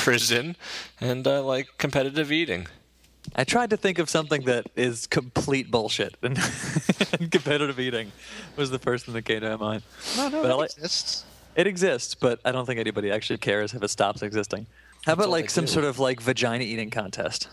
prison, and I like competitive eating. I tried to think of something that is complete bullshit, and, and competitive eating was the first thing that came to my mind. No, no, But I it like- exists. It exists, but I don't think anybody actually cares if it stops existing. How about all they like some do. sort of like vagina eating contest?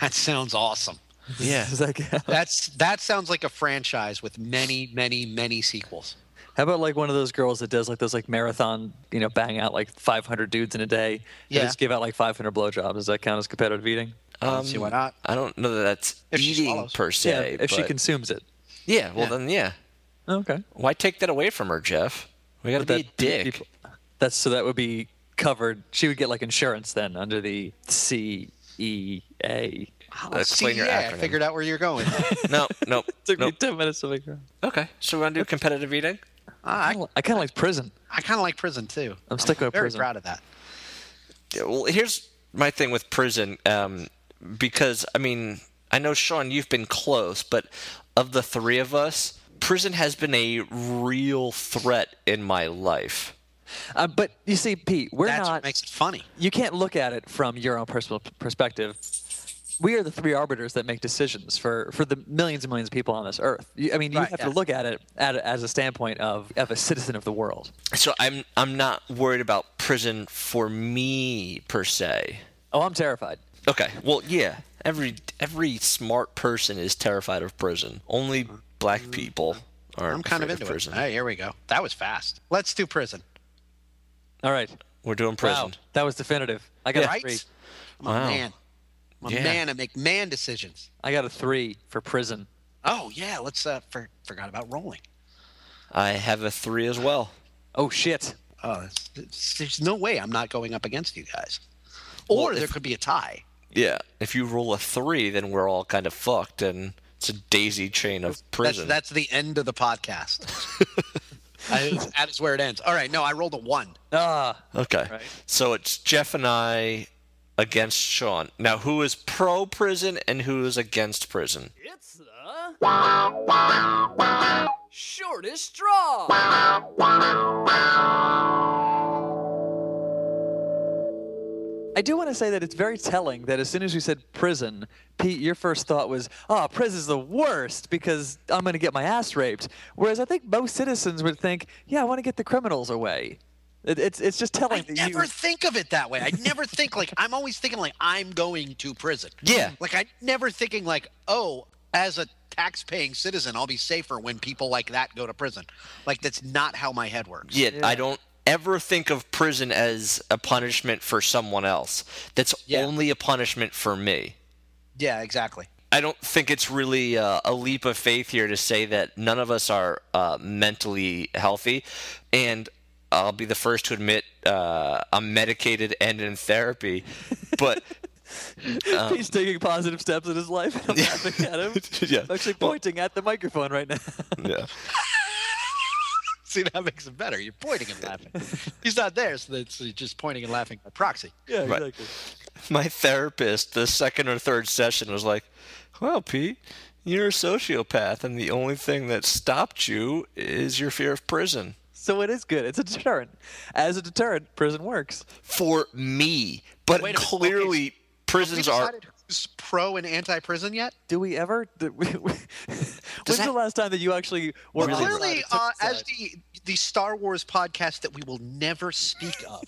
That sounds awesome. Yeah. Is that- That's that sounds like a franchise with many, many, many sequels. How about like one of those girls that does like those like marathon, you know, bang out like 500 dudes in a day? Yeah. Yeah. Just give out like 500 blowjobs. Does that count as competitive eating? don't see why not. Um, I don't know that that's If she eating swallows. per se. if she but- consumes it. Yeah. Well, Yeah. then yeah. Okay. Why take that away from her, Jeff? We gotta be a That- dick. people- That's so that would be covered. She would get like insurance then under the C E A. Uh, explain your yeah, acronym. I figured out where you're going. No, no, Took no. me 10 minutes to figure out. Okay, so we want to do competitive eating. Ah, I, I kind of like prison. I kind of like prison too. I'm sticking with very prison. proud of that. Yeah, well, here's my thing with prison, um, because I mean, I know Sean, you've been close, but of the three of us, prison has been a real threat in my life. Uh, but you see, Pete, we're That's not. what makes it funny. you can't look at it from your own personal p- perspective. We are the three arbiters that make decisions for, for the millions and millions of people on this earth. You, I mean, you Right, have yeah. to look at it at, it as a standpoint of, of a citizen of the world. So I'm I'm not worried about prison for me per se. Oh, I'm terrified. Okay, well, yeah, every every smart person is terrified of prison. Only black people are. Mm-hmm. I'm kind of into prison. it. Hey, here we go. That was fast. Let's do prison. All right. We're doing prison. Wow. That was definitive. I got a Right? three. I'm a man. I'm a Yeah. man. I make man decisions. I got a three for prison. Oh yeah, let's uh, for, forgot about rolling. I have a three as well. Oh, shit. Oh, it's- it's- there's no way I'm not going up against you guys. Or there could be a tie. Yeah. If you roll a three, then we're all kind of fucked, and it's a daisy chain of That's, prison. that's the end of the podcast. that, is, that is where it ends. All right, no, I rolled a one. Ah, okay. Right. So it's Jeff and I against Sean. Now, who is pro prison and who is against prison? It's the shortest straw. I do want to say that it's very telling that as soon as we said prison, Pete, your first thought was, oh, prison's the worst because I'm going to get my ass raped. Whereas I think most citizens would think, yeah, I want to get the criminals away. It, it's, it's just telling I that never you. think of it that way. I never think like I'm always thinking like I'm going to prison. Yeah. Like I never thinking like, oh, as a tax paying citizen, I'll be safer when people like that go to prison. Like that's not how my head works. Yeah, I don't ever think of prison as a punishment for someone else. That's Yeah. only a punishment for me. Yeah, exactly. I don't think it's really uh, a leap of faith here to say that none of us are uh, mentally healthy. And I'll be the first to admit uh, I'm medicated and in therapy. But Uh, He's taking positive steps in his life. And I'm laughing at him. Yeah. I'm actually Well- pointing at the microphone right now. yeah. See, that makes it better. You're pointing and laughing. He's not there, so that's you're just pointing and laughing by proxy. yeah, Right. exactly. my therapist, the second or third session, was like, Well, Pete, you're a sociopath, and the only thing that stopped you is your fear of prison. So it is good. It's a deterrent. As a deterrent, prison works. For me. But Wait a minute, okay, clearly, prisons Have we are. decided who's pro and anti prison yet? Do we ever? Do we, when's the that- last time that you actually were Really on the Clearly, uh, side and took as sides? the the Star Wars podcast that we will never speak of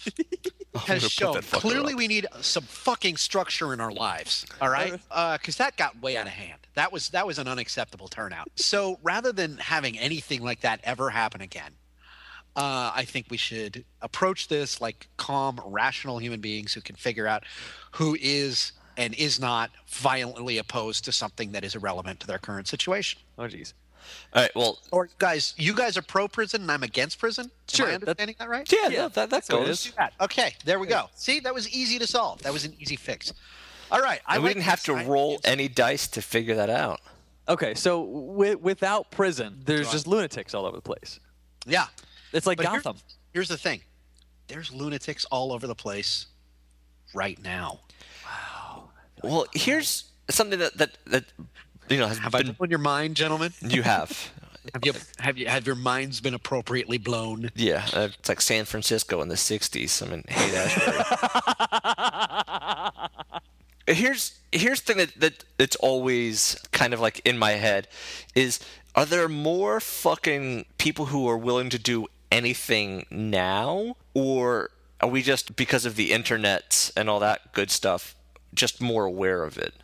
gonna has put shown, that fucker clearly up. we need some fucking structure in our lives. All right, Uh-huh. because that got way out of hand. That was that was an unacceptable turnout. So rather than having anything like that ever happen again, uh, I think we should approach this like calm, rational human beings who can figure out who is and is not violently opposed to something that is irrelevant to their current situation. Oh jeez. All right, well, Or guys, you guys are pro prison and I'm against prison. Am Sure, I that- understanding that right? yeah, no, that, that that's what it goes. is. Okay, there we go. See, that was easy to solve. That was an easy fix. All right, I And we like didn't have this. to I- roll any dice to figure that out. Okay, so wi- without prison, there's Right. just lunatics all over the place. Yeah, It's like But here- Gotham. Here's the thing: there's lunatics all over the place right now. Well, here's something that that, that you know has Have I been blown your mind, gentlemen? you have. Have you have you have your minds been appropriately blown? Yeah, uh, it's like San Francisco in the '60s. I mean, hate Ashbury. here's here's the thing that, that that's always kind of like in my head is are there more fucking people who are willing to do anything now or are we just because of the internet and all that good stuff just more aware of it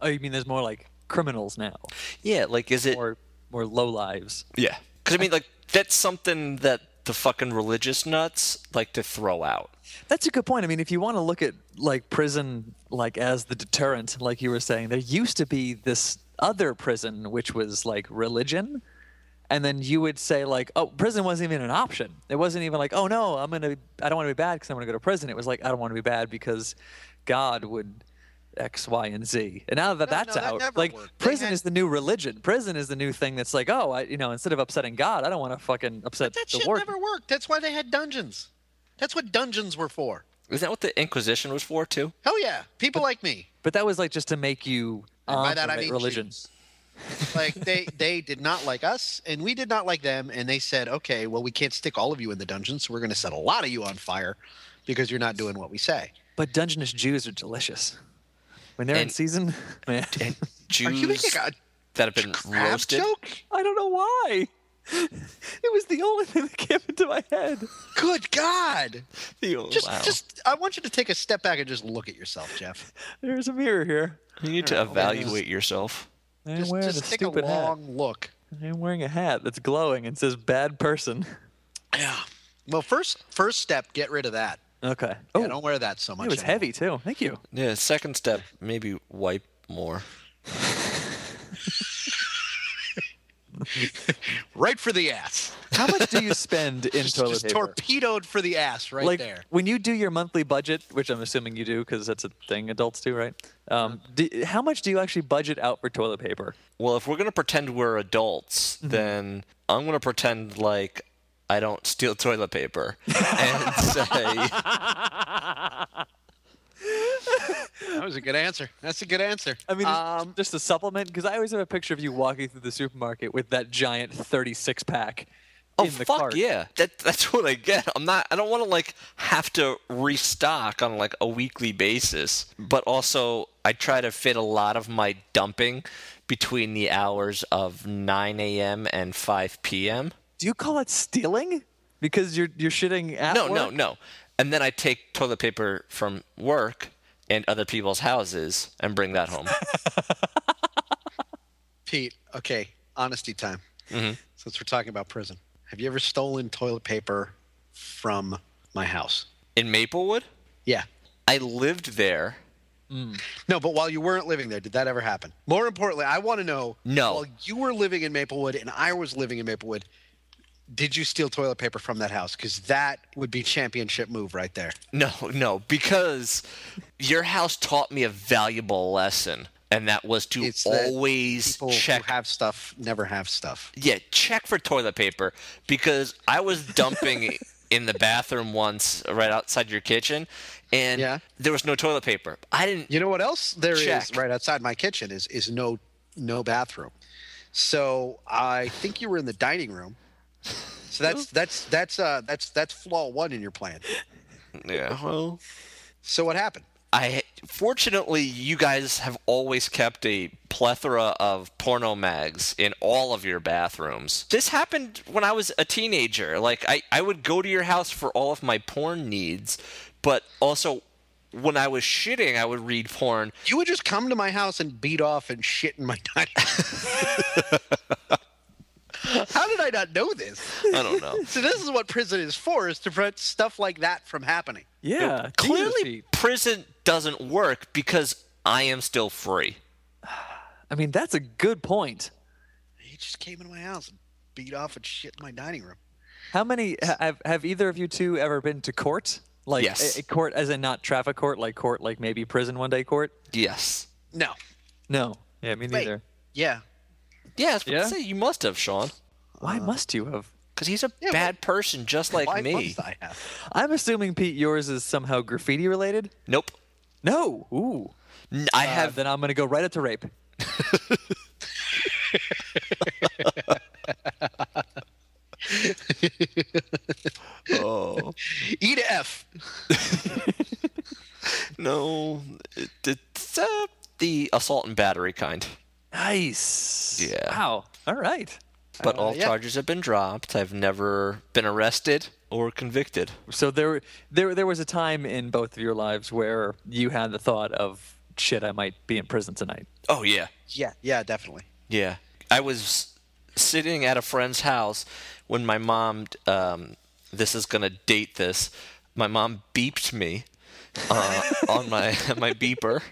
Oh, you mean there's more like criminals now, yeah like is it or more low lives? yeah because i mean like that's something that the fucking religious nuts like to throw out That's a good point. I mean, if you want to look at like prison, like as the deterrent, like you were saying, there used to be this other prison which was like religion, and then you would say like, oh, prison wasn't even an option. It wasn't even like, oh no, I'm gonna, I don't want to be bad because I'm gonna go to prison. It was like, I don't want to be bad because God would. X, Y, and Z, and now that No, that's no, that out, never like worked. They prison had- is the new religion. Prison is the new thing that's like, oh, I, you know, instead of upsetting God, I don't want to fucking upset That the shit warden. never worked. That's why they had dungeons. That's what dungeons were for. is that what the inquisition was for too Hell yeah, people like me. But that was like just to make you And by that I obstinate mean religion. Jews. like they they did not like us, and we did not like them, and they said, okay, well we can't stick all of you in the dungeon, so we're going to set a lot of you on fire because you're not doing what we say. But Dungeness Jews are delicious. When they're in And- season, man, and Are you making jews a that have been crab roasted joke? I don't know why. It was the only thing that came into my head. Good God! Just Wow. just I want you to take a step back and just look at yourself, Jeff. There's a mirror here. you need to Oh, man, this is- evaluate yourself I'm Just wearing a just take a stupid long look. hat. I'm wearing a hat that's glowing and says "bad person." Yeah. Well, first first step, get rid of that. Okay. Yeah, Oh, don't wear that so much. it was anymore. heavy too. Thank you. Yeah, second step, maybe wipe more. Right for the ass. How much do you spend in Just, toilet just paper? torpedoed for the ass right like there. when you do your monthly budget, which I'm assuming you do because that's a thing adults do, right? Um, Mm-hmm. do, how much do you actually budget out for toilet paper? Well, if we're going to pretend we're adults, Mm-hmm. then I'm going to pretend like I don't steal toilet paper and say, That was a good answer. That's a good answer. I mean, um, just a supplement because I always have a picture of you walking through the supermarket with that giant 36 pack. "Oh in the fuck cart. yeah." That that's what I get. I'm not I don't want to like have to restock on like a weekly basis, but also I try to fit a lot of my dumping between the hours of 9 a.m. and 5 p.m. Do you call it stealing? Because you're you're shitting at No, no, work? no. And then I take toilet paper from work and other people's houses and bring that home. Pete, okay, honesty time. Mm-hmm. Since we're talking about prison, have you ever stolen toilet paper from my house? In Maplewood, Yeah. I lived there. No, but while you weren't living there, did that ever happen? More importantly, I want to know. No. While you were living in Maplewood and I was living in Maplewood, did you steal toilet paper from that house? Because that would be championship move right there. No, no, because your house taught me a valuable lesson, and that was to It's that always People check. who have stuff never have stuff. yeah, check for toilet paper because I was dumping in the bathroom once right outside your kitchen, and Yeah. there was no toilet paper. I didn't. You know what else there is Check. right outside my kitchen is is no no bathroom. So I think you were in the dining room. So that's that's that's uh that's that's flaw one in your plan. Yeah, well, So what happened? I fortunately you guys have always kept a plethora of porno mags in all of your bathrooms. This happened when I was a teenager. Like I, I would go to your house for all of my porn needs, but also when I was shitting I would read porn. You would just come to my house and beat off and shit in my dining room. How did I not know this? I don't know. So this is what prison is for is to prevent stuff like that from happening. Yeah. Jesus, Clearly Pete. prison doesn't work because I am still free. I mean, that's a good point. He just came into my house and beat off and shit in my dining room. How many ha- have have either of you two ever been to court? Like Yes. a, a court, as in not traffic court, like court, like maybe prison one day court. Yes. No. No. Yeah, me Wait. neither. Yeah. Yes, but Yeah? say you must have, Sean. Uh. Why must you have? Because he's a Yeah, but- bad person just like Why me. must I have? I'm assuming Pete, yours is somehow graffiti related. Nope. No. Ooh. N- I Uh, have then I'm gonna go right up to rape. oh. E to F. No, it, it's it's uh, the assault and battery kind. Nice. Yeah. Wow. All right. But all Oh, yeah. charges have been dropped. I've never been arrested or convicted. So there, there, there was a time in both of your lives where you had the thought of shit. I might be in prison tonight. Oh yeah, Yeah, yeah, definitely. yeah. I was sitting at a friend's house when my mom. Um, this is gonna date this. My mom beeped me uh, on my my beeper,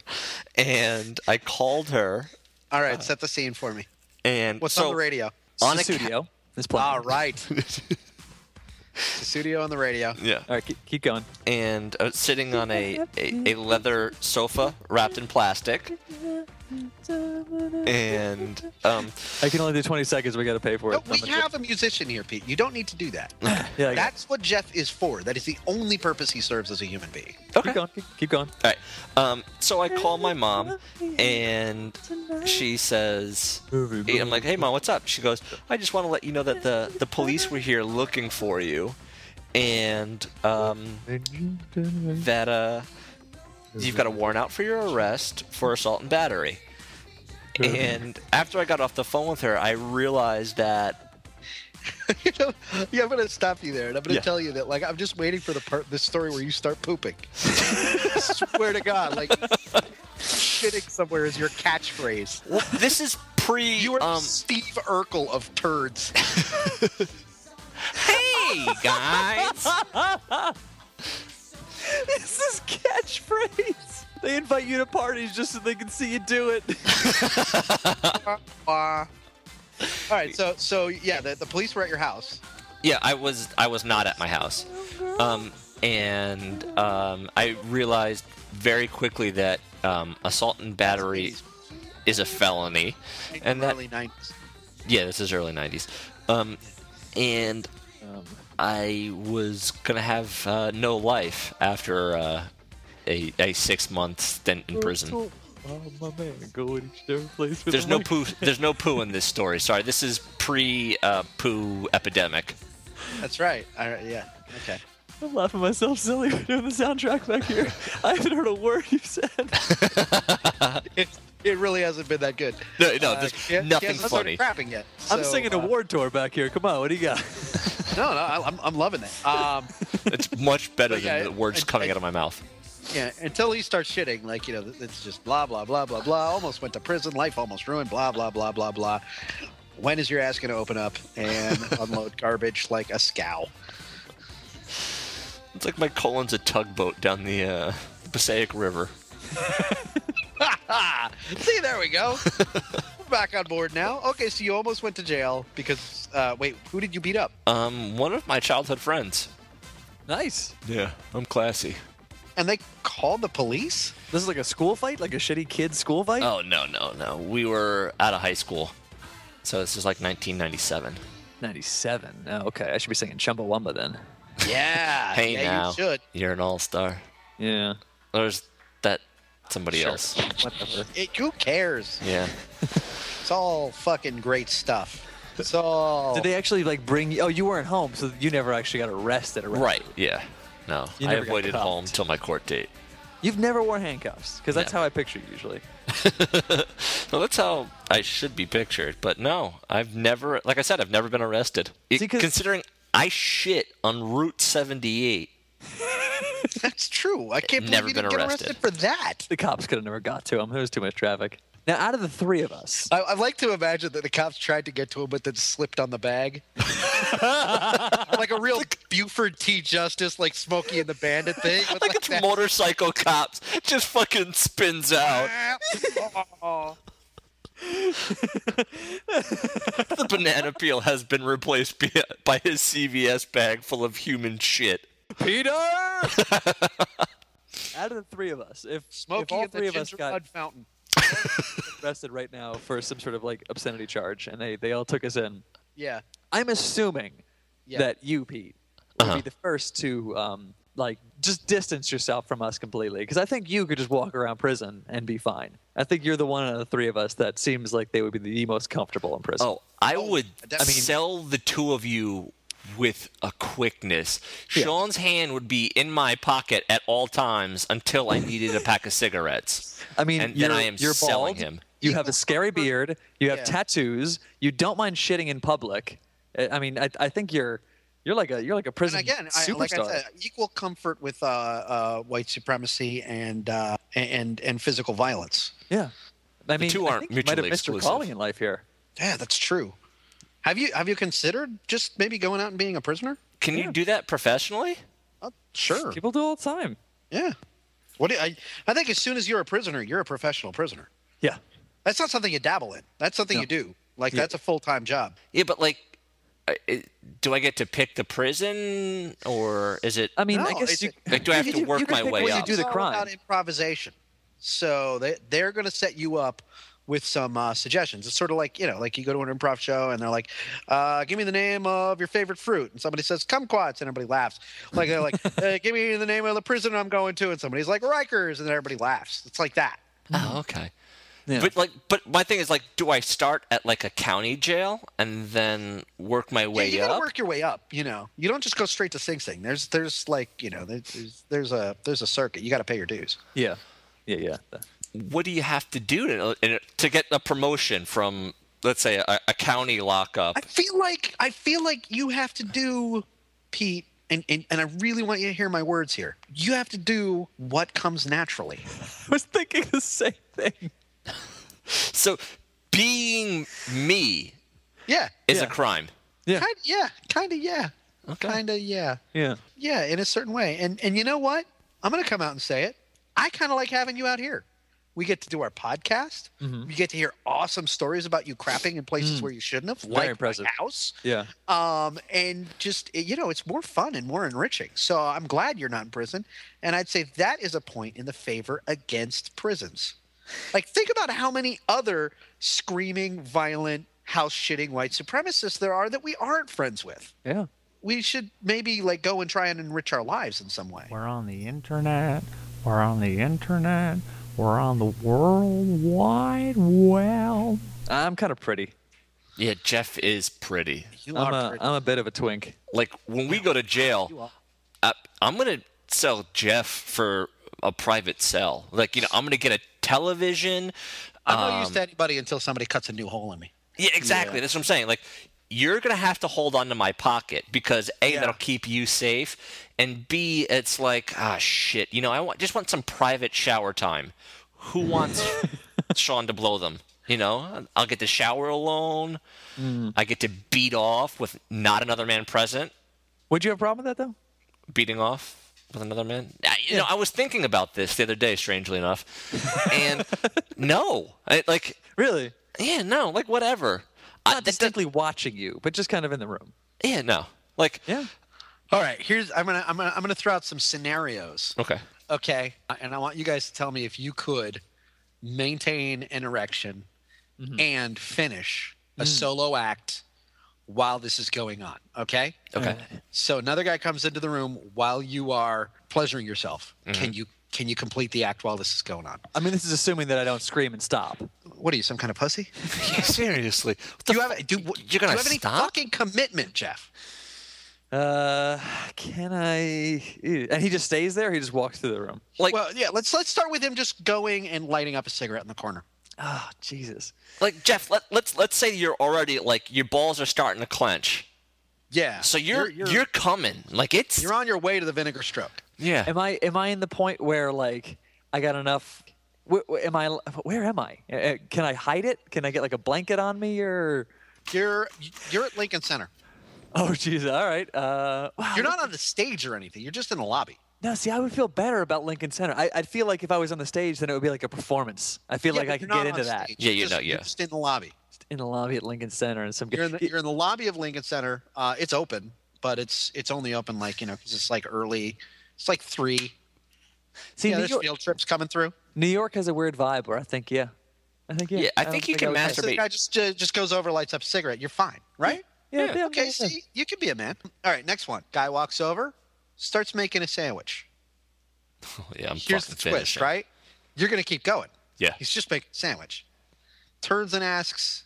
and I called her. All right, set the scene for me. And What's so on the radio? On the a ca- studio. This plan. All right, the studio on the radio. yeah. All right. Keep, keep going. and I was sitting on a, a, a leather sofa wrapped in plastic. And um, I can only do 20 seconds. We got to pay for it. No, we I'm gonna- have a musician here, Pete. You don't need to do that. Yeah. I got it. That's what Jeff is for. That is the only purpose he serves as a human being. okay, Keep all going. Keep, keep going. right. Um, so I call my mom, and she says, Movie, "I'm like, hey mom, what's up?" She goes, "I just want to let you know that the the police were here looking for you, and um, that uh, you've got a warrant out for your arrest for assault and battery." And after I got off the phone with her, I realized that You know, yeah, I'm going to stop you there, and I'm going to Yeah. tell you that, like, I'm just waiting for the part, the story where you start pooping. Swear to God, like, shitting somewhere is your catchphrase. Well, this is pre. You are um, Steve Urkel of turds. hey guys. This is catchphrase. They invite you to parties just so they can see you do it. All right, so so yeah, the, the police were at your house. yeah, I was I was not at my house, um, and um, I realized very quickly that um, assault and battery is a felony, and that early nineties. yeah, this is early '90s, um, and Um, I was gonna have uh, no life after uh, a a six month stint in prison. Oh my man, go in each different place. with There's the no mic. poo. There's no poo in this story. Sorry, this is pre uh, poo epidemic. That's right. All right, yeah. Okay. I'm laughing myself silly for doing the soundtrack back here. I haven't heard a word you said. It, it really hasn't been that good. No, no, Uh, there's Cam- nothing Cam's not started funny. Crapping yet. I'm so, singing uh, award tour back here. Come on, what do you got? No, no, I- I'm, I'm loving it. Um, It's much better But yeah, than the words I- coming I- out of my mouth. yeah, until he starts shitting, like you know, it's just blah blah blah blah blah. Almost went to prison, life almost ruined, blah blah blah blah blah. When is your ass going to open up and unload garbage like a scow? It's like my colon's a tugboat down the uh, Passaic River. Ah, see, there we go. We're back on board now. Okay, so you almost went to jail because uh, wait, who did you beat up? Um, one of my childhood friends. nice. Yeah, I'm classy. And they called the police. This is like a school fight, like a shitty kid school fight. Oh no, no, no. We were out of high school, so this is like 1997. 97. Oh, okay, I should be singing Chumbawamba then. Yeah. Hey Uh, yeah, now, you should. are an all-star. Yeah. There's that somebody Sure. else. Whatever. It, who cares? Yeah. It's all fucking great stuff. It's all. Did they actually like bring you? Oh, you weren't home, so you never actually got arrested. arrested. Right. Yeah. No, You I never got avoided cuffed. home till my court date. You've never worn handcuffs because that's Never. how I picture you usually. Well, that's how I should be pictured, but no, I've never, like I said, I've never been arrested. It- See, 'cause- considering I shit on Route 78, That's true. I can't Never believe you been didn't get arrested. arrested for that. The cops could have never got to him. There was too much traffic. Now, out of the three of us, I, I like to imagine that the cops tried to get to him, but then slipped on the bag. like a real Buford T. Justice, like Smokey and the Bandit thing. like with like it's that. motorcycle cops, just fucking spins out. Oh. The banana peel has been replaced by- by his CVS bag full of human shit. Peter. out of the three of us, if, if Smokey all and the three of us Ginger got Mud Fountain. arrested right now for some sort of like obscenity charge, and they they all took us in, Yeah. I'm assuming Yeah. that you, Pete, would Uh-huh. be the first to um, like just distance yourself from us completely. Because I think you could just walk around prison and be fine. I think you're the one out of the three of us that seems like they would be the most comfortable in prison. Oh, I would definitely. sell the two of you with a quickness. Yeah. Sean's hand would be in my pocket at all times until I needed a pack of cigarettes. I mean, And then you're, I am you're selling bald, him. You have a scary beard. You have Yeah. tattoos. You don't mind shitting in public. I I mean, I, I think you're you're like a you're like a prison And again, I, superstar. like I said, equal comfort with uh, uh, white supremacy and uh, and and physical violence. yeah, I mean, two I aren't think you might have mutually missed your exclusive. calling in life here. Yeah, that's true. Have you have you considered just maybe going out and being a prisoner? Can you do that professionally? Uh, sure. People do all the time. Yeah. What do, I I think as soon as you're a prisoner, you're a professional prisoner. Yeah, That's not something you dabble in. That's something No. you do. Like Yeah. that's a full time job. Yeah, but like, I- it- do I get to pick the prison, or is it? I mean, I No, guess it's- you. like, do I have you to do- you work can my pick way what you up? do the It's all crime. about improvisation. So they they're going to set you up with some uh, suggestions. It's sort of like you know, like you go to an improv show and they're like, uh, "Give me the name of your favorite fruit," and somebody says "kumquats," and everybody laughs. Like they're like, uh, "Give me the name of the prison I'm going to," and somebody's like "Rikers," and then everybody laughs. It's like that. Oh, okay. Yeah. But like, but my thing is like, do I start at like a county jail and then work my way yeah, you up? gotta work your way up. You know, you don't just go straight to Sing Sing. There's there's like you know there's there's a there's a circuit. You got to pay your dues. Yeah, yeah, yeah. what do you have to do to in- to get a promotion from let's say a, a county lockup? I feel like I feel like you have to do, Pete, and, and and I really want you to hear my words here. You have to do what comes naturally. I was thinking the same thing. so being me Yeah, is a Yeah. crime. Yeah, kind yeah, kind of yeah, Okay. kind of yeah, yeah. yeah, in a certain way. And and you know what? I'm gonna come out and say it. I kind of like having you out here. We get to do our podcast. We get to hear awesome stories about you crapping in places where you shouldn't have, like my impressive. house. Yeah. um, and just you know it's more fun and more enriching so i'm glad you're not in prison and i'd say that is a point in the favor against prisons like think about how many other screaming violent house shitting white supremacists there are that we aren't friends with Yeah. we should maybe like go and try and enrich our lives in some way We're on the internet. We're on the internet. We're on the world wide web. I'm kind of pretty. Yeah, Jeff is pretty. you I'm a, pretty- I'm a bit of a twink. Like when we go to jail, I, I'm gonna sell Jeff for a private cell. Like you know, I'm gonna get a television. Uh, i'm not um, used to anybody until somebody cuts a new hole in me Yeah, exactly. That's what I'm saying. Like, you're gonna have to hold on to my pocket because a that'll keep you safe, and b it's like ah shit. You know, I want, just want some private shower time. Who wants Sean to blow them? You know, I'll get to shower alone. I get to beat off with not another man present. Would you have a problem with that though? Beating off with another man. I, you know, I was thinking about this the other day, strangely enough, and no, I, like Really? yeah, no, like whatever. I, Not that- that- distinctly watching you, but just kind of in the room. Yeah, no. Like Yeah. all right here's i'm gonna i'm gonna i'm gonna throw out some scenarios okay. Okay. And I want you guys to tell me if you could maintain an erection Mm-hmm. and finish a Mm. solo act while this is going on. Okay. Okay. So another guy comes into the room while you are pleasuring yourself. Mm-hmm. Can you can you complete the act while this is going on? I mean, this is assuming that I don't scream and stop. What are you, some kind of pussy? seriously. Do you have do, do you gonna have any stop? fucking commitment, Jeff? Uh, can I? ew. And he just stays there. He just walks through the room. Like well, yeah. Let's let's start with him just going and lighting up a cigarette in the corner. Oh, Jesus. like Jeff, let, let's let's say you're already like your balls are starting to clench. Yeah. So you're you're, you're you're, coming. Like it's you're on your way to the vinegar stroke. yeah. Am I? Am I in the point where like I got enough? Wh- wh- am I? Where am I? Uh, uh, Can I hide it? Can I get like a blanket on me or? You're you're at Lincoln Center. Oh, Jesus. All right. Uh, wow, You're not on the stage or anything. You're just in the lobby. No, see, I would feel better about Lincoln Center. I, I'd feel like if I was on the stage, then it would be like a performance. I feel like I could get into that Yeah, you're just, not- yeah. just in the lobby. in the lobby at Lincoln Center and some. You're in the, you're in the lobby of Lincoln Center. Uh, it's open, but it's it's only open like you know 'cause it's like early. It's like three. see, yeah, New, there's York, field trips coming through. New York has a weird vibe where I think, yeah, I think yeah. Yeah, I don't think you can would- master- So the Masturbate. guy just uh, just goes over, lights up a cigarette. You're fine, right? Yeah, Yeah. yeah, Okay, yeah, yeah. see, you can be a man. All right, next one. Guy walks over, starts making a sandwich. yeah, I'm Here's the fucking twist, finishing. right? You're gonna keep going. Yeah. He's just making a sandwich. Turns and asks,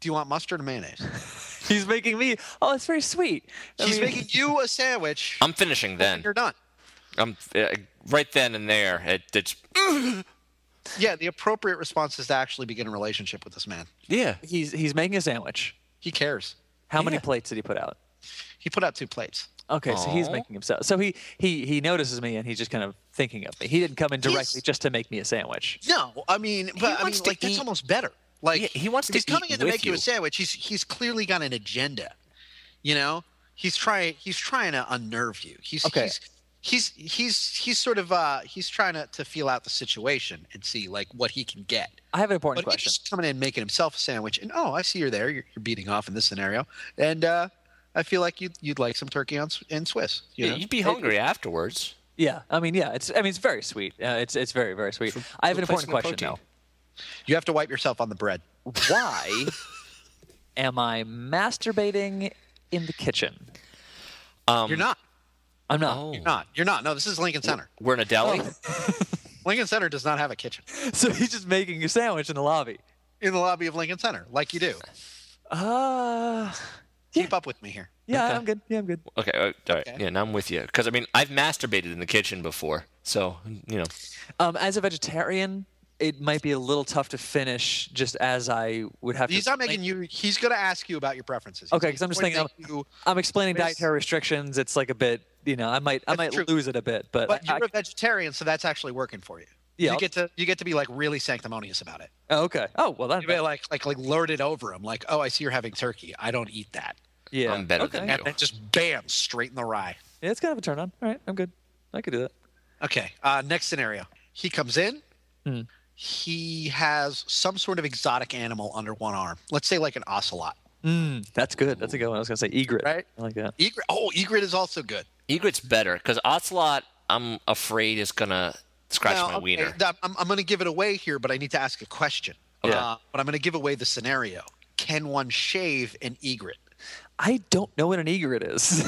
"Do you want mustard or mayonnaise?" He's making me. Oh, it's very sweet. I He's mean- making you a sandwich. I'm finishing then. You're done. I'm uh, right then and there. It, it's Yeah, the appropriate response is to actually begin a relationship with this man. Yeah. He's he's making a sandwich. He cares. How many Yeah. plates did he put out? He put out two plates. Okay, so he's Aw. making himself. So he he he notices me and he's just kind of thinking of me. He didn't come in directly He's- just to make me a sandwich. No, I mean, He but I mean, wants to like that's eat- almost better. Like Yeah, he wants if to he's coming eat in to with make you. a you. sandwich. He's he's clearly got an agenda. You know, he's trying he's trying to unnerve you. He's Okay. he's he's he's he's sort of uh he's trying to, to feel out the situation and see like what he can get. I have an important But if he's question. just coming in making himself a sandwich and oh I see you're there you're, you're beating off in this scenario and uh I feel like you'd you'd like some turkey on s- and Swiss. You Yeah, know? You'd be hungry afterwards. Yeah, I mean, yeah, it's I mean, it's very sweet. Uh, it's it's very very sweet. I have an important replacement question protein. though. You have to wipe yourself on the bread. Why am I masturbating in the kitchen? Um, You're not. I'm not. Oh. You're not. You're not. No, this is Lincoln Center. We're in a deli. Lincoln Center does not have a kitchen. So he's just making a sandwich in the lobby. in the lobby of Lincoln Center, like you do. Uh, Keep up with me here. yeah, Okay. I'm good. Yeah, I'm good. Okay. all right, All right. Okay. Yeah. Now I'm with you. Because I mean, I've masturbated in the kitchen before, so you know. Um, as a vegetarian, it might be a little tough to finish just as I would have He's to. not making you. He's going to ask you about your preferences. He's Okay, gonna 'cause I'm just point thinking at you, I'm explaining Where's- dietary restrictions. It's like a bit, you know, I might I That's might true. lose it a bit, but, but I, you're a vegetarian, so that's actually working for you. Yeah. You get to you get to be like really sanctimonious about it. I- oh, okay. Oh well, that's You may like like like lord it over him. Like, oh, I see you're having turkey. I don't eat that. yeah. I'm better okay. than And you. then just bam, straight in the rye. Yeah, it's kind of a turn on. All right, I'm good. I could do that. Okay. Uh, next scenario. He comes in. Hmm. He has some sort of exotic animal under one arm. Let's say like an ocelot. Mm, that's good. That's a good one. I was gonna say egret. Right? I like that. Egret. Oh, egret is also good. Egret's better because Ocelot, I'm afraid, is gonna scratch Now, my okay, wiener. th- I'm, I'm going to give it away here, but I need to ask a question. Okay. Uh, but I'm going to give away the scenario. Can one shave an egret? I don't know what an egret is.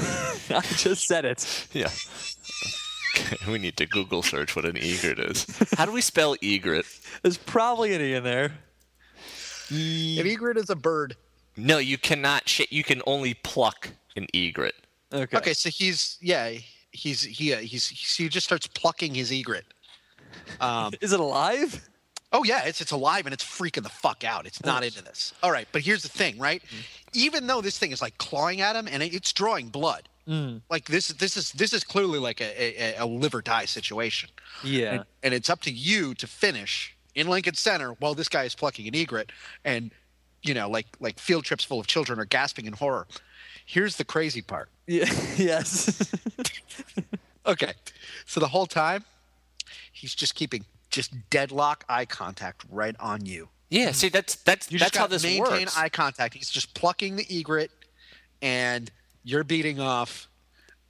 I just said it. Yeah. we need to Google search what an egret is. How do we spell egret? There's probably an e in there. An egret is a bird. No, you cannot. Sh- you can only pluck an egret. Okay. Okay, so he's yeah, he's he uh, he's he just starts plucking his egret. Um, Is it alive? oh yeah, it's it's alive and it's freaking the fuck out. It's not into this. All right, but here's the thing, right? Even though this thing is like clawing at him and it- it's drawing blood, like this this is this is clearly like a, a, a live or die situation. Yeah. and it's up to you to finish in Lincoln Center while this guy is plucking an egret and you know like like field trips full of children are gasping in horror. Here's the crazy part. yeah. yes. Okay. So the whole time he's just keeping just deadlock eye contact right on you. Yeah. See, that's that's You just that's how gotta this maintain works. eye contact. He's just plucking the egret and you're beating off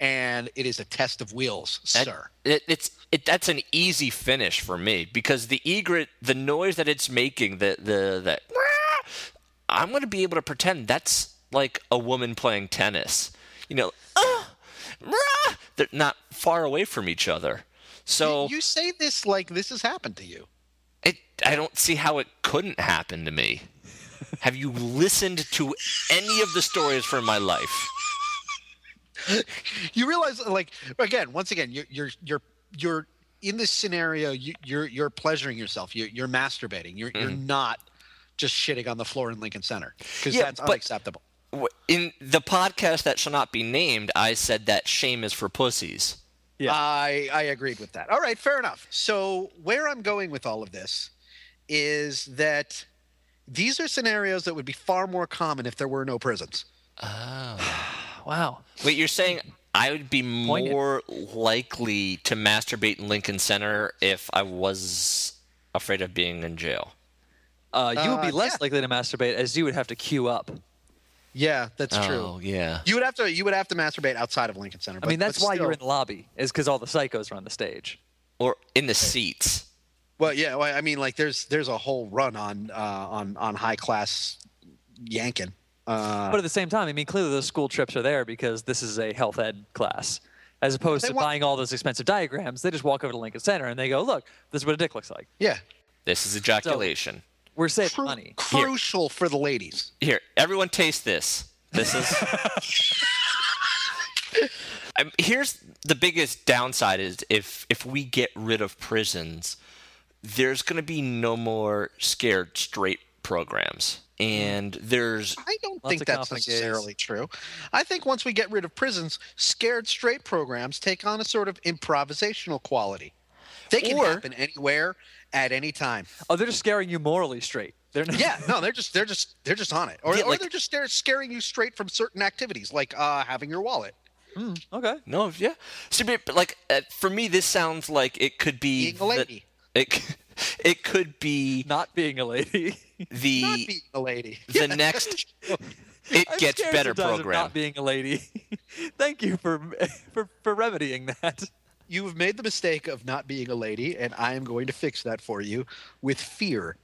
and it is a test of wills, That- sir. It, it's it, that's an easy finish for me because the egret, the noise that it's making, the the that I'm going to be able to pretend that's like a woman playing tennis. You know, "Ah, rah." they're not far away from each other. So you say this like this has happened to you. it, I don't see how it couldn't happen to me. Have you listened to any of the stories from my life? you realize like again once again you're you're you're, you're in this scenario you, you're you're pleasuring yourself you, you're masturbating you're, you're not just shitting on the floor in lincoln center because Mm-hmm. Yeah, that's but- unacceptable W- In the podcast that shall not be named, I said that shame is for pussies. Yeah. i i agreed with that all right fair enough so where i'm going with all of this is that these are scenarios that would be far more common if there were no prisons Oh. wow. Wait, you're saying I would be Pointed. more likely to masturbate in Lincoln Center if I was afraid of being in jail? Uh, you would be Uh, less yeah. likely to masturbate as you would have to queue up. yeah that's Oh, yeah. you would have to you would have to masturbate outside of lincoln center I but- mean, that's but why you're in still- the lobby, is because all the psychos are on the stage. Or in the seats. Well, yeah, well, I mean, like there's there's a whole run on uh, on on high class yanking. Uh, But at the same time, I mean, clearly those school trips are there because this is a health ed class. As opposed They to want- buying all those expensive diagrams, they just walk over to Lincoln Center and they go, look, this is what a dick looks like. yeah, This is ejaculation. We're saving Cru- money. crucial for the ladies. Here, everyone taste this. This is. I'm, here's the biggest downside is if if we get rid of prisons, there's going to be no more scared straight programs. And there's I don't Lots think of that's confident gays. necessarily true. I think once we get rid of prisons, scared straight programs take on a sort of improvisational quality. They can Or- happen anywhere at any time. Oh, they're just scaring you morally straight. They're not, Yeah, no, they're just they're just they're just on it, or, Yeah, or like- they're just they're scaring you straight from certain activities, like uh, having your wallet, Okay. no, yeah. See, but but, like uh, for me, this sounds like it could be being a lady, The, it c- it could be Not being a lady. the not being a lady. the next it I'm gets scared better sometimes of program. Not being a lady. Thank you for, for for remedying that. You have made the mistake of not being a lady, and I am going to fix that for you with fear.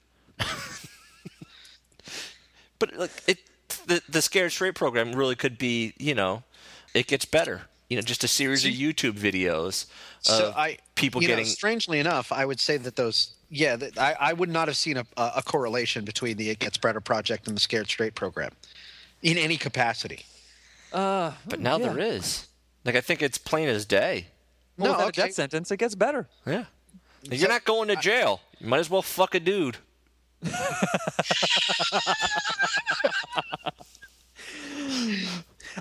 But like it, the the scared straight program really could be you know, it gets better. You know, just a series of YouTube videos Uh, so of I people you know, getting strangely enough, I would say that those yeah, that I, I would not have seen a, a a correlation between the It Gets Better project and the Scared Straight program in any capacity. Uh, But now there is. Like I think it's plain as day. well, No, without okay. a death sentence, it gets better. Yeah. You're not going to jail. You might as well fuck a dude.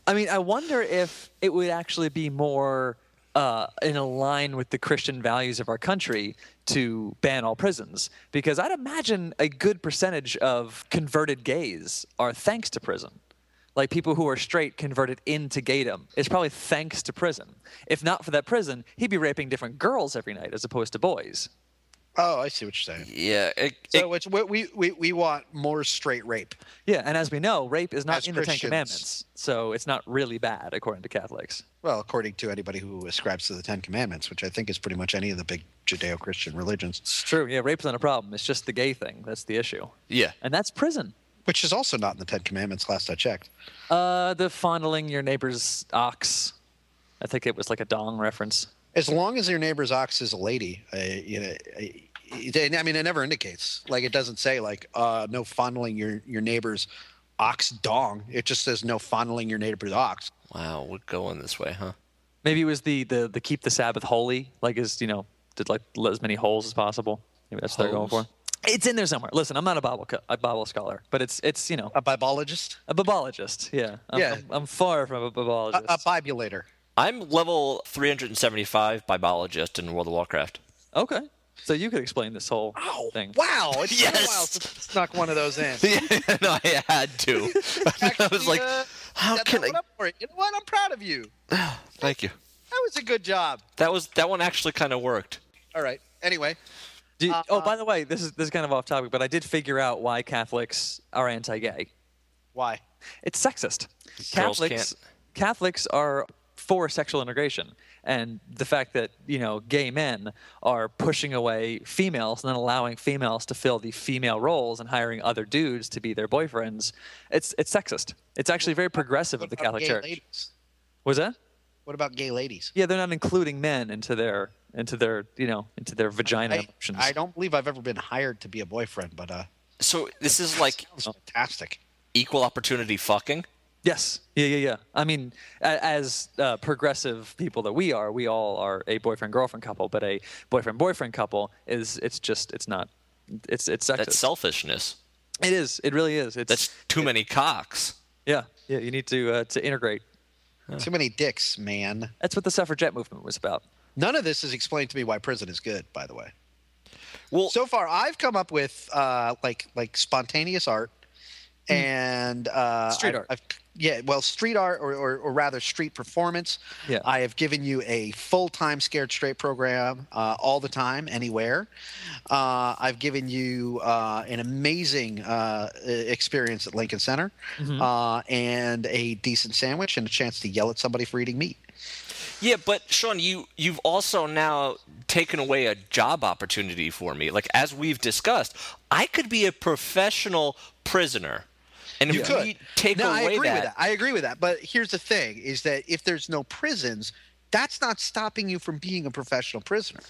I mean, I wonder if it would actually be more uh, in line with the Christian values of our country to ban all prisons, because I'd imagine a good percentage of converted gays are thanks to prison. Like people who are straight converted into gaydom, it's probably thanks to prison. If not for that prison, he'd be raping different girls every night as opposed to boys. Oh, I see what you're saying. Yeah. It, So it's we we we, we want more straight rape. Yeah, and as we know, rape is not As in the Christians. Ten Commandments, so it's not really bad according to Catholics. Well, according to anybody who ascribes to the Ten Commandments, which I think is pretty much any of the big Judeo-Christian religions, It's true. Yeah, rape's not a problem. It's just the gay thing that's the issue, yeah. and that's prison. which is also not in the Ten Commandments. Last I checked. Uh, the fondling your neighbor's ox. I think it was like a dong reference. As long as your neighbor's ox is a lady, uh, you know. I, it- I mean, it never indicates. Like, it doesn't say like uh, no fondling your your neighbor's ox dong. It just says no fondling your neighbor's ox. Wow, we're going this way, huh? Maybe it was the the, the keep the Sabbath holy, like is you know did like let as many holes as possible. Maybe that's what they're going Holes? for. It's in there somewhere. Listen, I'm not a Bible co- a Bible scholar, but it's it's you know A bibologist, a bibologist. Yeah, Uh, I'm, Yeah. I'm, I'm far from a bibologist. a, a bibulator. I'm level 375 biologist in World of Warcraft. okay, so you could explain this whole thing. Wow! It's been a while Yes. since I snuck one of those in. Yeah, no, I had to. I was like, uh, how That's can not I? what I'm for. You know what? I'm proud of you. Thank you. That was a good job. That was that one actually kind of worked. All right. Anyway, Do you- oh, by the way, this is this is kind of off topic, but I did figure out why Catholics are anti-gay. why? It's sexist. Girls Catholics Catholics are for sexual integration, and the fact that you know gay men are pushing away females and then allowing females to fill the female roles and hiring other dudes to be their boyfriends, it's it's sexist. It's actually very progressive of the What Catholic about gay Church. Ladies? Was that? What about gay ladies? Yeah, they're not including men into their into their you know into their vagina I, options. I don't believe I've ever been hired to be a boyfriend, but uh, So this is like sounds fantastic. equal opportunity fucking. Yes. Yeah, yeah, yeah. I mean, a- as uh, progressive people that we are, we all are a boyfriend girlfriend couple, but a boyfriend boyfriend couple is it's just it's not it's it's sexist. That's selfishness. it is. It really is. It's That's too many cocks. yeah. Yeah, you need to uh, to integrate. Too many dicks, man. That's what the suffragette movement was about. None of this is explained to me why prison is good. By the way, Well, so far I've come up with uh, like like spontaneous art and uh, Hmm. Street I- art. I've, yeah, well, street art or, or, or rather street performance. Yeah. I have given you a full time scared straight program uh, all the time, anywhere. Uh, I've given you uh, an amazing uh, e- experience at Lincoln Center Mm-hmm. uh, and a decent sandwich and a chance to yell at somebody for eating meat. Yeah, but Sean, you you've also now taken away a job opportunity for me. Like as we've discussed, I could be a professional prisoner, and You if could. we take no, away I agree with that. I agree with that. But here's the thing: is that if there's no prisons, that's not stopping you from being a professional prisoner.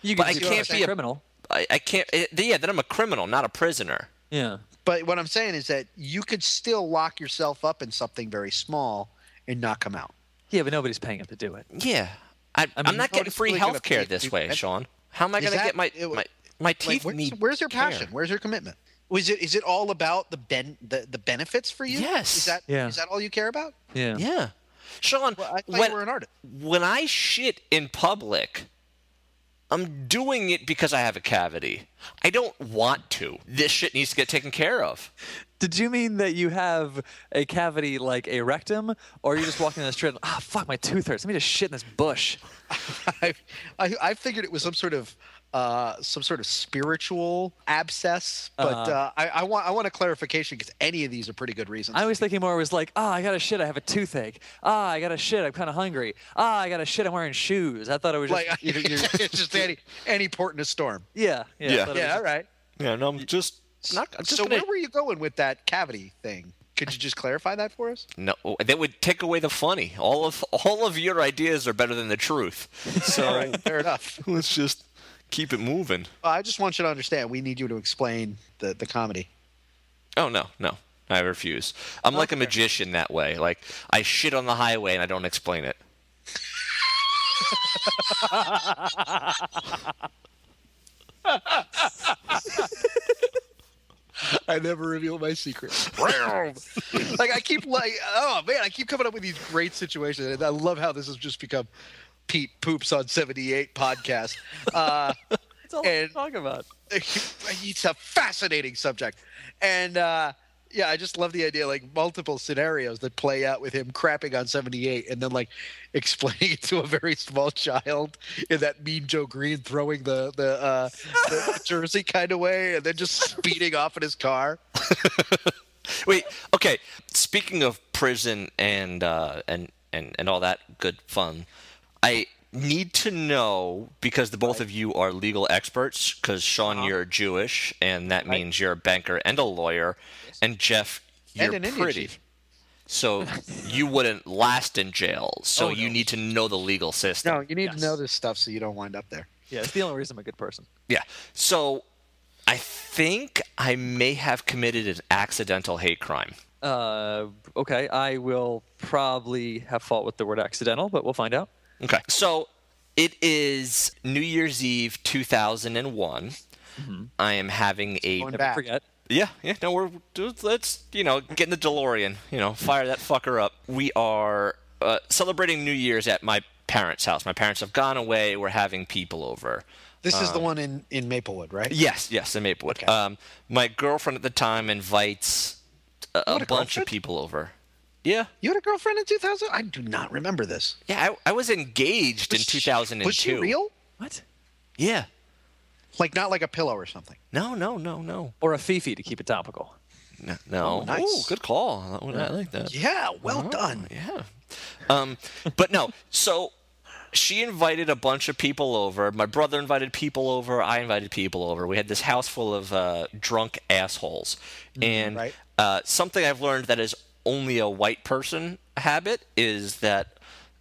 You But can I just can't be a a- criminal. I, I can't. eh, yeah, then I'm a criminal, not a prisoner. Yeah. But what I'm saying is that you could still lock yourself up in something very small and not come out. Yeah, but nobody's paying him to do it. Yeah, I, I mean, am not getting nobody's free really gonna health care pay this you way, rent. Sean. How am I Is going to that- get my it- my My Like, teeth where's, need. where's your care. passion? Where's your commitment? Was it is it all about the ben the, the benefits for you? Yes. Is that Yeah. is that all you care about? Yeah. Yeah, Sean. Well, I thought when, you were an artist. when I shit in public, I'm doing it because I have a cavity. I don't want to. This shit needs to get taken care of. Did you mean that you have a cavity like a rectum, or you're just walking down the street and, ah, fuck, my tooth hurts. Let me just shit in this bush. I, I I figured it was some sort of uh, some sort of spiritual abscess, but uh I, I want I want a clarification because any of these are pretty good reasons. I was thinking more was like, ah, I got to shit. I have a toothache. Ah, I got to shit. I'm kind of hungry. Ah, I got to shit. I'm wearing shoes. I thought it was just, like it's just any any port in a storm. yeah, yeah. I Yeah. thought it was Yeah, just- all right. Yeah, no, I'm just not. I'm just so gonna, where were you going with that cavity thing? Could you just clarify that for us? no, oh, that would take away the funny. All of all of your ideas are better than the truth. All So right, fair enough. let's just keep it moving. Well, I just want you to understand. We need you to explain the the comedy. Oh no, no, I refuse. I'm like a magician that way. Like I shit on the highway and I don't explain it. I never reveal my secrets. like I keep like, oh man, I keep coming up with these great situations, and I love how this has just become Pete poops on seventy eight podcast. Uh, That's all And- I'm talking about. it's a fascinating subject, and uh, yeah, I just love the idea like multiple scenarios that play out with him crapping on seventy eight, and then like explaining it to a very small child in that mean Joe Green throwing the the, uh, the jersey kind of way, and then just speeding off in his car. Wait, okay. Speaking of prison and uh, and and and all that good fun, I need to know because the both of you are legal experts. Because Sean, Uh-huh. you're Jewish, and that means you're a banker and a lawyer, and Jeff, And you're an Indian pretty. chief. So you wouldn't last in jail. So Oh, you no. need to know the legal system. you need Yes. to know this stuff so you don't wind up there. Yeah, it's the only reason I'm a good person. Yeah. So I think I may have committed an accidental hate crime. Uh, okay, I will probably have fault with the word accidental, but we'll find out. Okay. So it is New Year's Eve 2001. I am having a Going Never back. forget. yeah yeah no we're dude, let's you know get in the DeLorean you know fire that fucker up. We are uh, celebrating New Year's at my parents' house. My parents have gone away. We're having people over. This is the Uh, one in, in Maplewood, right? Yes, yes, in Maplewood. Um, my girlfriend at the time invites a, a What, a bunch of girlfriend? people over. Yeah, You had a girlfriend in 2000? I do not remember this. yeah. I, I was engaged in Was she- 2002. Was she real? What? Yeah. Like not like a pillow or something. No, no, no, no. Or a fifi to keep it topical. No. no. Oh, nice. Ooh, good call. That one- I like that. Yeah, well Oh. done. Oh, Yeah. Um, but no, so she invited a bunch of people over. My brother invited people over. I invited people over. We had this house full of uh, drunk assholes. And Mm-hmm. right. uh, something I've learned that is only a white person habit is that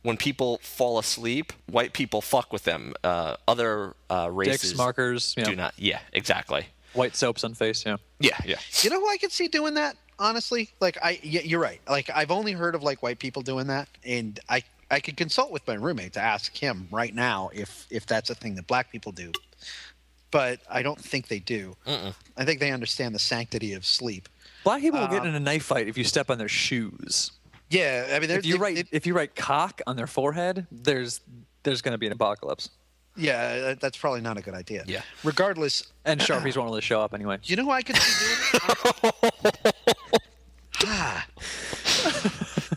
when people fall asleep, white people fuck with them. Uh, other uh, races Dicks, markers, you do know, not. Yeah, exactly. white soaps on face. Yeah. Yeah, yeah. You know who I could see doing that? Honestly, like I, y- you're right. Like I've only heard of like white people doing that, and I, I could consult with my roommate to ask him right now if if that's a thing that black people do, but I don't think they do. I think they understand the sanctity of sleep. Black people will get in a knife fight if you step on their shoes. Yeah, I mean, they're- If you they- write if you write cock on their forehead, there's there's going to be an apocalypse. Yeah, that- that's probably not a good idea. Yeah. Regardless, And sharpies won't really show up anyway. you know who I could see doing it? ah,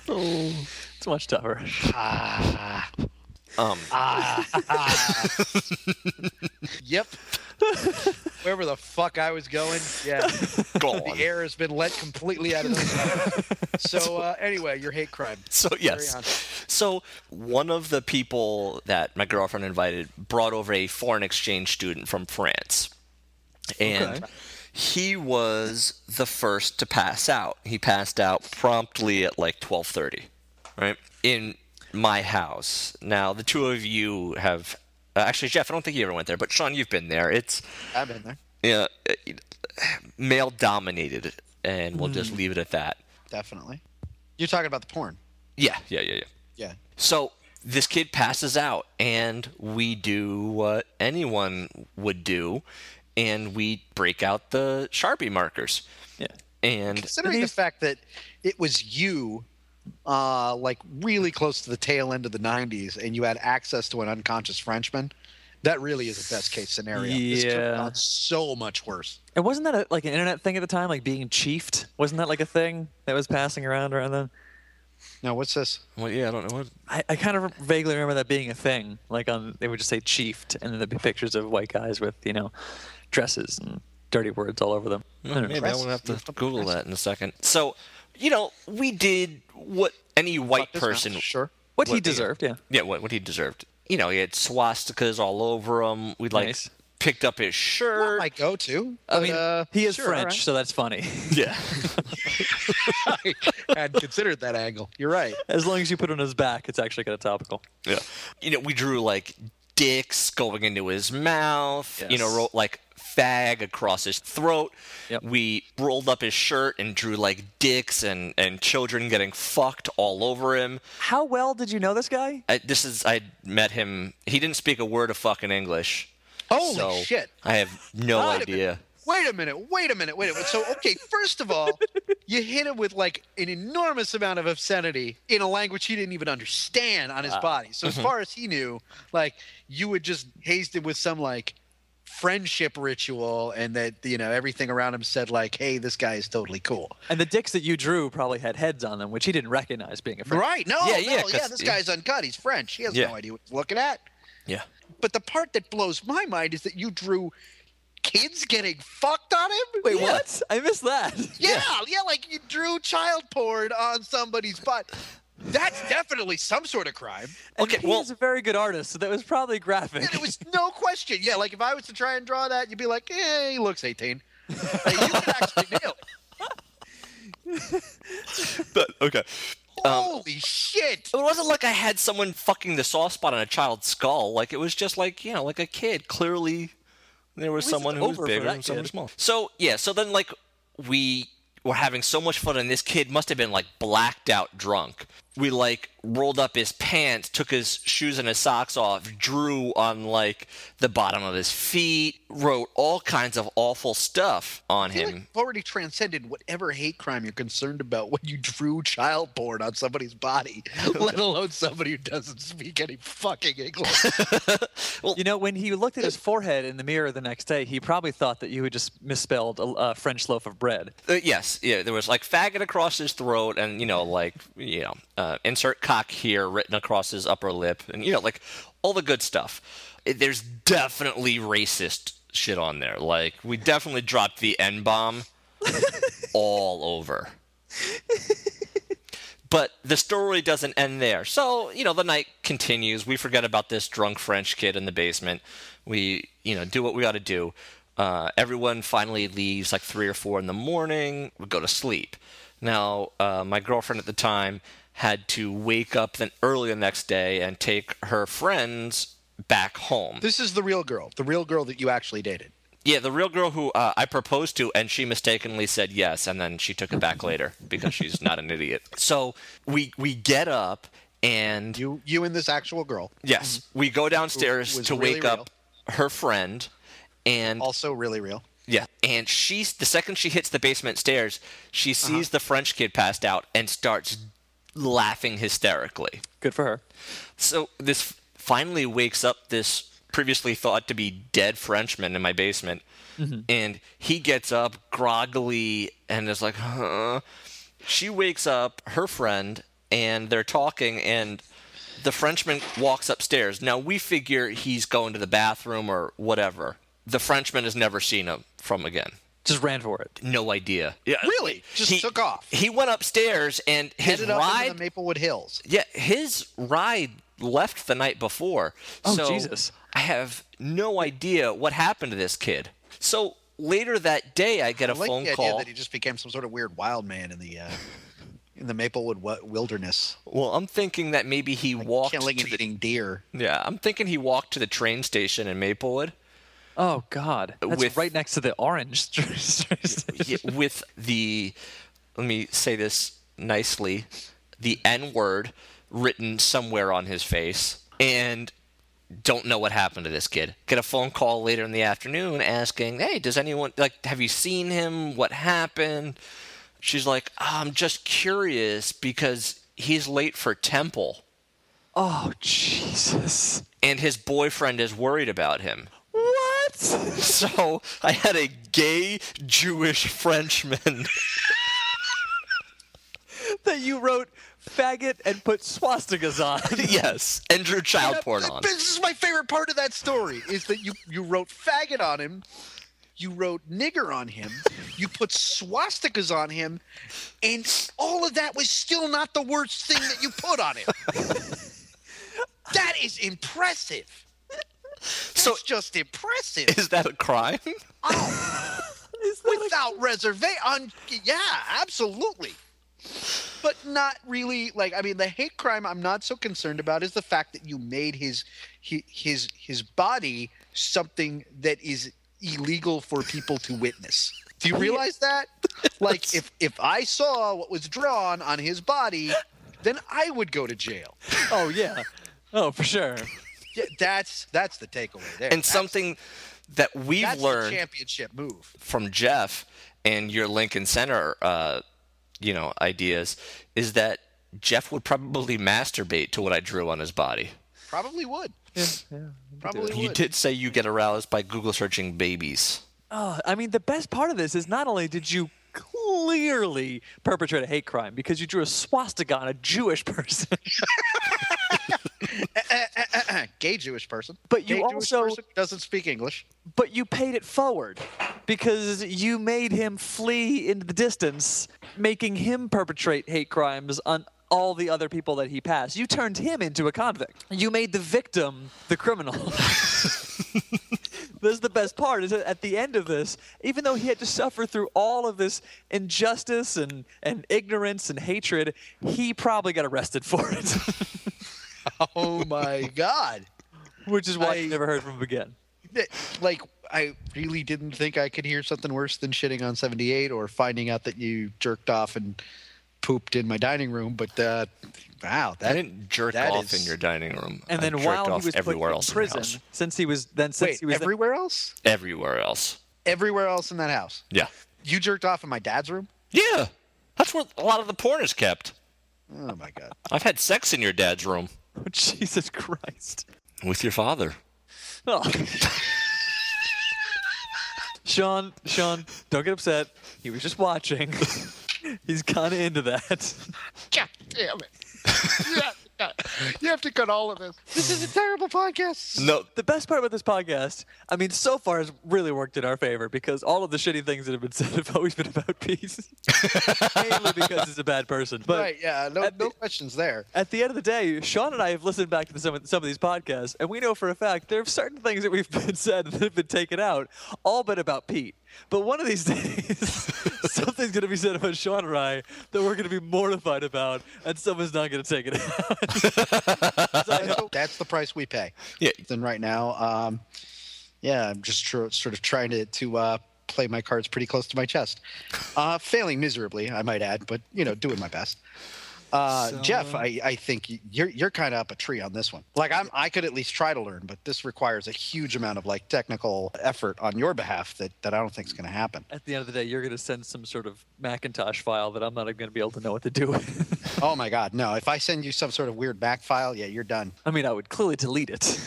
It's much tougher. ah, Um, ah, ah. yep. Wherever the fuck I was going, yeah, go the on. air has been let completely out of those tires. So uh, anyway, your hate crime. So on. yes. So one of the people that my girlfriend invited brought over a foreign exchange student from France. And Okay. he was the first to pass out. He passed out promptly at like 12:30, right? In my house. Now, the two of you have uh, actually Jeff, I don't think you ever went there, but Sean, you've been there. It's I've been there, yeah, you know, male dominated and we'll just leave it at that. definitely. You're talking about the porn. Yeah, yeah, yeah, yeah. Yeah. So this kid passes out, and we do what anyone would do, and we break out the Sharpie markers. Yeah. And Considering the fact that it was you, uh, like really close to the tail end of the '90s, and you had access to an unconscious Frenchman, that really is a best case scenario. This could have Yeah. gone so much worse. And wasn't that a, like an internet thing at the time, like being chiefed? Wasn't that like a thing that was passing around around then? Now, what's this? well, yeah, I don't know what. I, I kind of vaguely remember that being a thing. Like on, they would just say "chiefed," and then there'd be pictures of white guys with you know dresses and dirty words all over them. I don't know. Maybe I will have to Google that in a second. So, you know, we did what any white This now? person Sure. What, he What- deserved, yeah. Yeah, what, what he deserved. You know, he had swastikas all over him. We like Nice. picked up his Not shirt. my go-to. I but, mean, uh, he is sure, all French, so that's funny. yeah. right. I hadn't considered that angle. You're right. as long as you put it on his back, it's actually kind of topical. yeah. You know, we drew like dicks going into his mouth. You know, Yes. wrote like fag across his throat. Yep. We rolled up his shirt and drew like dicks and and children getting fucked all over him. How well did you know this guy? I, this is I met him. He didn't speak a word of fucking English. Holy so shit. I have no Not a idea. Wait a minute. Wait a minute. Wait a minute. So, okay, first of all, you hit him with like an enormous amount of obscenity in a language he didn't even understand on his body. So, as far as he knew, like you would just hazed him with some like friendship ritual, and that you know everything around him said like, "Hey, this guy is totally cool." And the dicks that you drew probably had heads on them, which he didn't recognize being a French. Right? No. Yeah, Yeah. yeah, No, yeah. 'cause- This guy's uncut. He's French. He has Yeah. no idea what he's looking at. Yeah. But the part that blows my mind is that you drew kids getting fucked on him. Wait, Yeah. what? I missed that. Yeah, yeah, like you drew child porn on somebody's butt. That's definitely some sort of crime. Okay, Okay, he well- was a very good artist, so that was probably graphic. And it was no question. Yeah, like if I was to try and draw that, you'd be like, eh, he looks 18. Like, you could actually nail it. But okay. Holy shit. It wasn't like I had someone fucking the soft spot on a child's skull. Like it was just like you know, like a kid. Clearly, there was least it's someone who was over for bigger that and someone kid. small. So yeah, so then like we were having so much fun, and this kid must have been like blacked out drunk. We like rolled up his pants, took his shoes and his socks off, drew on like the bottom of his feet, wrote all kinds of awful stuff on You him. like, already transcended whatever hate crime you're concerned about when you drew child porn on somebody's body, let alone somebody who doesn't speak any fucking English. You know, when he looked at his forehead in the mirror the next day, he probably thought that you had just misspelled a, a French loaf of bread. Uh, yes, yeah. There was like faggot across his throat, and you know, like you know, uh, insert cock here written across his upper lip, and you know, like all the good stuff. It- There's definitely racist shit on there. Like we definitely dropped the n bomb all over. But the story doesn't end there. So, you know, the night continues. We forget about this drunk French kid in the basement. We, you know, do what we got to do. Uh, everyone finally leaves like three or four in the morning. We go to sleep. Now, uh, my girlfriend at the time had to wake up then early the next day and take her friends back home. this is the real girl, the real girl that you actually dated. Yeah, the real girl who uh, I proposed to, and she mistakenly said yes, and then she took it back later because she's not an idiot. So we we get up and You, you and this actual girl, yes, we go downstairs was to really wake real. up her friend, and also really real. yeah, and she's the second she hits the basement stairs, she Uh-huh. sees the French kid passed out and starts laughing hysterically. Good for her. So this finally wakes up this previously thought to be dead Frenchman in my basement, and he gets up groggily and is like, "Huh." She wakes up her friend, and they're talking, and the Frenchman walks upstairs. Now we figure he's going to the bathroom or whatever. The Frenchman has never seen him from again. Just ran for it. No idea. Yeah, Really? Just he- took off? He went upstairs and his Headed up ride into the Maplewood Hills. yeah, his ride left the night before. Oh, so Jesus. I have no idea what happened to this kid. So later that day, I get a I like phone the idea call. that he just became some sort of weird wild man in the uh, in the Maplewood wa- wilderness, Well, I'm thinking that maybe he walked. killing To and the, eating deer. yeah, I'm thinking he walked to the train station in Maplewood Oh God, that's With- right next to the orange. y- with the. Let me say this nicely. The N word written somewhere on his face, and don't know what happened to this kid. Get a phone call later in the afternoon asking, "Hey, does anyone like have you seen him? What happened?" She's like, "Ah, "I'm just curious because he's late for temple Oh Jesus! and his boyfriend is worried about him." What? So, I had a gay Jewish Frenchman that you wrote faggot and put swastikas on. yes, and drew child porn on. This is my favorite part of that story is that you you wrote faggot on him, you wrote nigger on him, you put swastikas on him, and all of that was still not the worst thing that you put on him. that is impressive. That's So- just impressive. Oh. Is that a crime? Is that a- without reservation. On yeah, absolutely. But not really. Like I mean, the hate crime I'm not so concerned about is the fact that you made his hi- his his body something that is illegal for people to witness. Do you realize that? Like if if I saw what was drawn on his body, then I would go to jail. oh yeah. Oh for sure. Yeah, that's that's the takeaway there. And That's- something that we've that's the learned championship move. from Jeff and your Lincoln Center, uh, you know, ideas is that Jeff would probably masturbate to what I drew on his body. Probably would. Probably You would. did say you get aroused by Google searching babies. Oh, I mean, the best part of this is not only did you clearly perpetrate a hate crime because you drew a swastika on a Jewish person, gay Jewish person. But you Gay Jewish also- person doesn't speak English. but you paid it forward because you made him flee into the distance, making him perpetrate hate crimes on all the other people that he passed. You turned him into a convict. You made the victim the criminal. This is the best part is that at the end of this, even though he had to suffer through all of this injustice and, and ignorance and hatred, he probably got arrested for it, Oh my god. which is why I- you never heard from him again. Th- Like I really didn't think I could hear something worse than shitting on 78 or finding out that you jerked off and pooped in my dining room, but uh wow, I that didn't jerk that off is- in your dining room. And I then jerked while off he was put everywhere in else in the prison, house. since he was then since Wait, he was then- everywhere else? everywhere else. Everywhere else in that house. Yeah. You jerked off in my dad's room? Yeah. That's where a lot of the porn is kept. Oh my god. I've had sex in your dad's room Oh, Jesus Christ. with your father. Oh. Sean, Sean, don't get upset. He was just watching. He's kind of into that. God damn it. you have to cut all of this. This is a terrible podcast. No, The best part about this podcast, I mean, so far has really worked in our favor because all of the shitty things that have been said have always been about peace. Mainly because he's a bad person. But right, yeah, no, at no the- questions there. at the end of the day, Sean and I have listened back to some of, some of these podcasts, and we know for a fact there are certain things that we've been said that have been taken out, all but about Pete. But one of these days, something's going to be said about Sean and I that we're going to be mortified about, and someone's not going to take it out. 'Cause I know- That's the price we pay. Yeah. Then right now, um, yeah, I'm just tr- sort of trying to to uh, play my cards pretty close to my chest, uh, failing miserably, I might add, but you know, doing my best. Uh, Jeff, I, I think y- you're you're kind of up a tree on this one. Like I'm, I could at least try to learn, but this requires a huge amount of like technical effort on your behalf that that I don't think is going to happen. At the end of the day, you're going to send some sort of Macintosh file that I'm not even going to be able to know what to do with. oh my God, no! If I send you some sort of weird back file, yeah, you're done. I mean, I would clearly delete it.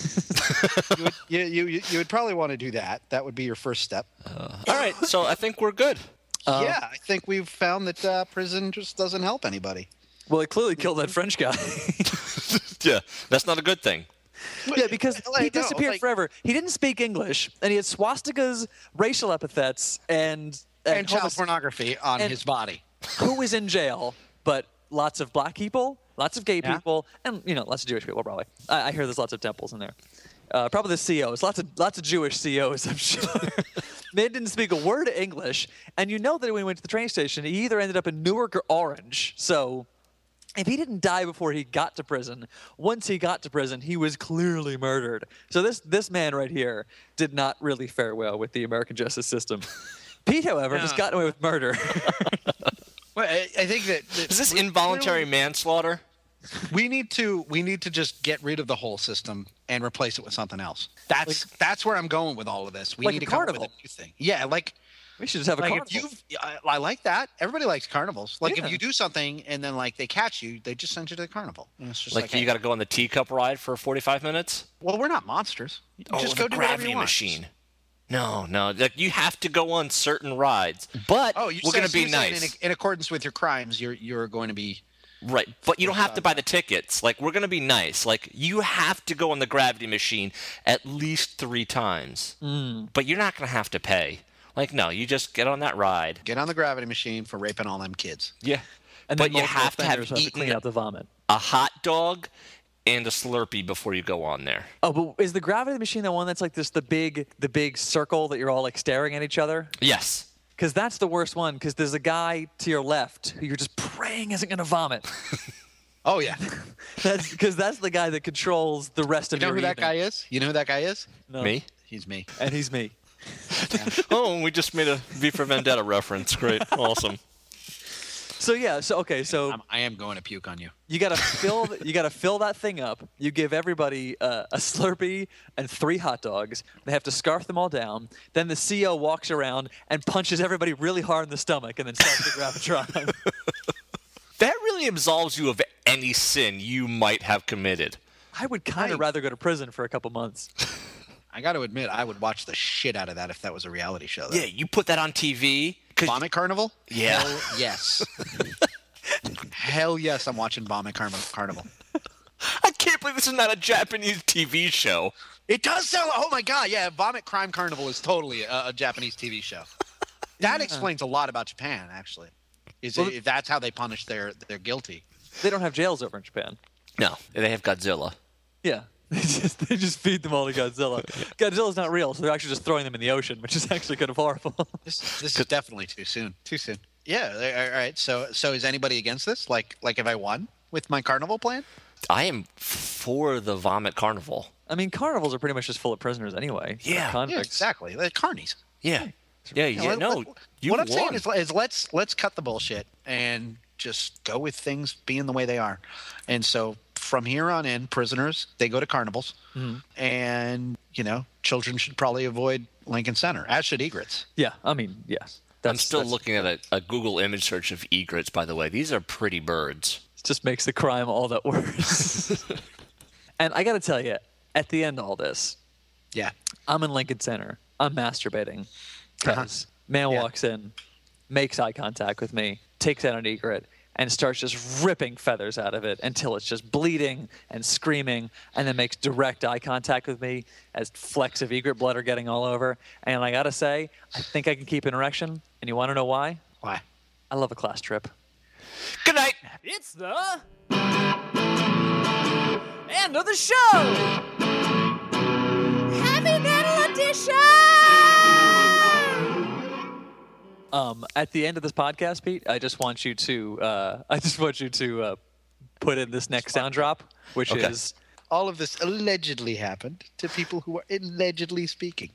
You would, you, you you you would probably want to do that. That would be your first step. All right, so I think we're good. Uh, yeah, I think we've found that uh, prison just doesn't help anybody. well, it clearly killed that French guy. Yeah, that's not a good thing. Yeah, because Well, he I know, disappeared like- forever. He didn't speak English, and he had swastikas, racial epithets, and homos- And, child pornography on and- his body. who is in jail, but lots of black people, lots of gay Yeah. people, and you know, lots of Jewish people probably. I, I hear there's lots of temples in there. Uh, probably the COs, lots of lots of Jewish COs, I'm sure. Man didn't speak a word of English, and you know that when he went to the train station, he either ended up in Newark or Orange. So, if he didn't die before he got to prison, once he got to prison, he was clearly murdered. So this this man right here did not really fare well with the American justice system. Pete, however, just No. got away with murder. Well, I, I think that, that Is this involuntary manslaughter? we need to we need to just get rid of the whole system and replace it with something else. That's that's where I'm going with all of this. We Like need a to come up with a carnival. new thing. Yeah, like We should just have a like if carnival. you I, I like that. Everybody likes carnivals. Like Yeah. if you do something and then like they catch you, they just send you to the carnival. And it's just Like, like, you hey, got to go on the teacup ride for 45 minutes? Oh, well, we're not monsters. You just the go do whatever gravity you want. machine. No, no. Like you have to go on certain rides, but Oh, you're we're going gonna be nice, In, in accordance with your crimes, you're you're going to be right? But you don't have to buy the tickets. Like we're gonna be nice. Like you have to go on the gravity machine at least three times, but you're not gonna have to pay. Like no, you just get on that ride. get on the gravity machine for raping all them kids. Yeah, and but then you multiple have to have offenders have to eaten clean out the vomit. a hot dog and a Slurpee before you go on there. Oh, but is the gravity machine the one that's like this the big the big circle that you're all like staring at each other? Yes. Because that's the worst one. Because there's a guy to your left who you're just praying isn't going to vomit. Oh yeah, That's because that's the guy that controls the rest you of know your who that evening. guy is? You know who that guy is? No. Me? He's me. and he's me. oh, we just made a V for Vendetta reference. Great, awesome. So yeah, so okay, so I'm, I am going to puke on you. you gotta fill you gotta fill that thing up. You give everybody uh, a Slurpee and three hot dogs. They have to scarf them all down. Then the CEO walks around and punches everybody really hard in the stomach, and then starts the gravitron. That really absolves you of any sin you might have committed. I would kind of Nice. rather go to prison for a couple months. I got to admit, I would watch the shit out of that if that was a reality show. Though. Yeah, you put that on TV. 'cause- Vomit Carnival? Yeah. Hell yes. Hell yes, I'm watching Vomit Carnival. Carnival. I can't believe this is not a Japanese TV show. It does sound. Oh my god, yeah, Vomit Crime Carnival is totally a, a Japanese TV show. That explains a lot about Japan, actually. Is Well, if that's how they punish their their guilty. They don't have jails over in Japan. No, they have Godzilla. Yeah. They just, they just feed them all to Godzilla. Godzilla's not real, so they're actually just throwing them in the ocean, which is actually kind of horrible. This this is definitely too soon. Too soon. Yeah. they- All right. So so is anybody against this? Like like if I won with my carnival plan? I am for the Vomit Carnival. I mean, carnivals are pretty much just full of prisoners anyway. Yeah. Yeah, Convicts. exactly. They're carnies. Yeah, yeah, yeah. let- no, let- you what I'm won. saying is, is let's let's cut the bullshit and just go with things being the way they are. And so from here on in, prisoners they go to carnivals, Mm-hmm. and you know, children should probably avoid Lincoln Center, as should egrets. Yeah. I mean, yes. I'm That's, still that's- looking at a, a Google image search of egrets. By the way, these are pretty birds. just makes the crime all that worse. and I got to tell you, at the end of all this, Yeah, I'm in Lincoln Center. I'm masturbating. 'Cause Man Yeah. walks in, makes eye contact with me, takes out an egret, and starts just ripping feathers out of it until it's just bleeding and screaming, and then makes direct eye contact with me as flecks of egret blood are getting all over. And I gotta say, I think I can keep an erection. And you wanna know why? why? I love a class trip. Good night. It's the end of the show. Heavy metal edition. Um, at the end of this podcast, Pete, I just want you to, uh, I just want you to uh, put in this next sound drop, which Okay. is All of this allegedly happened to people who are allegedly speaking.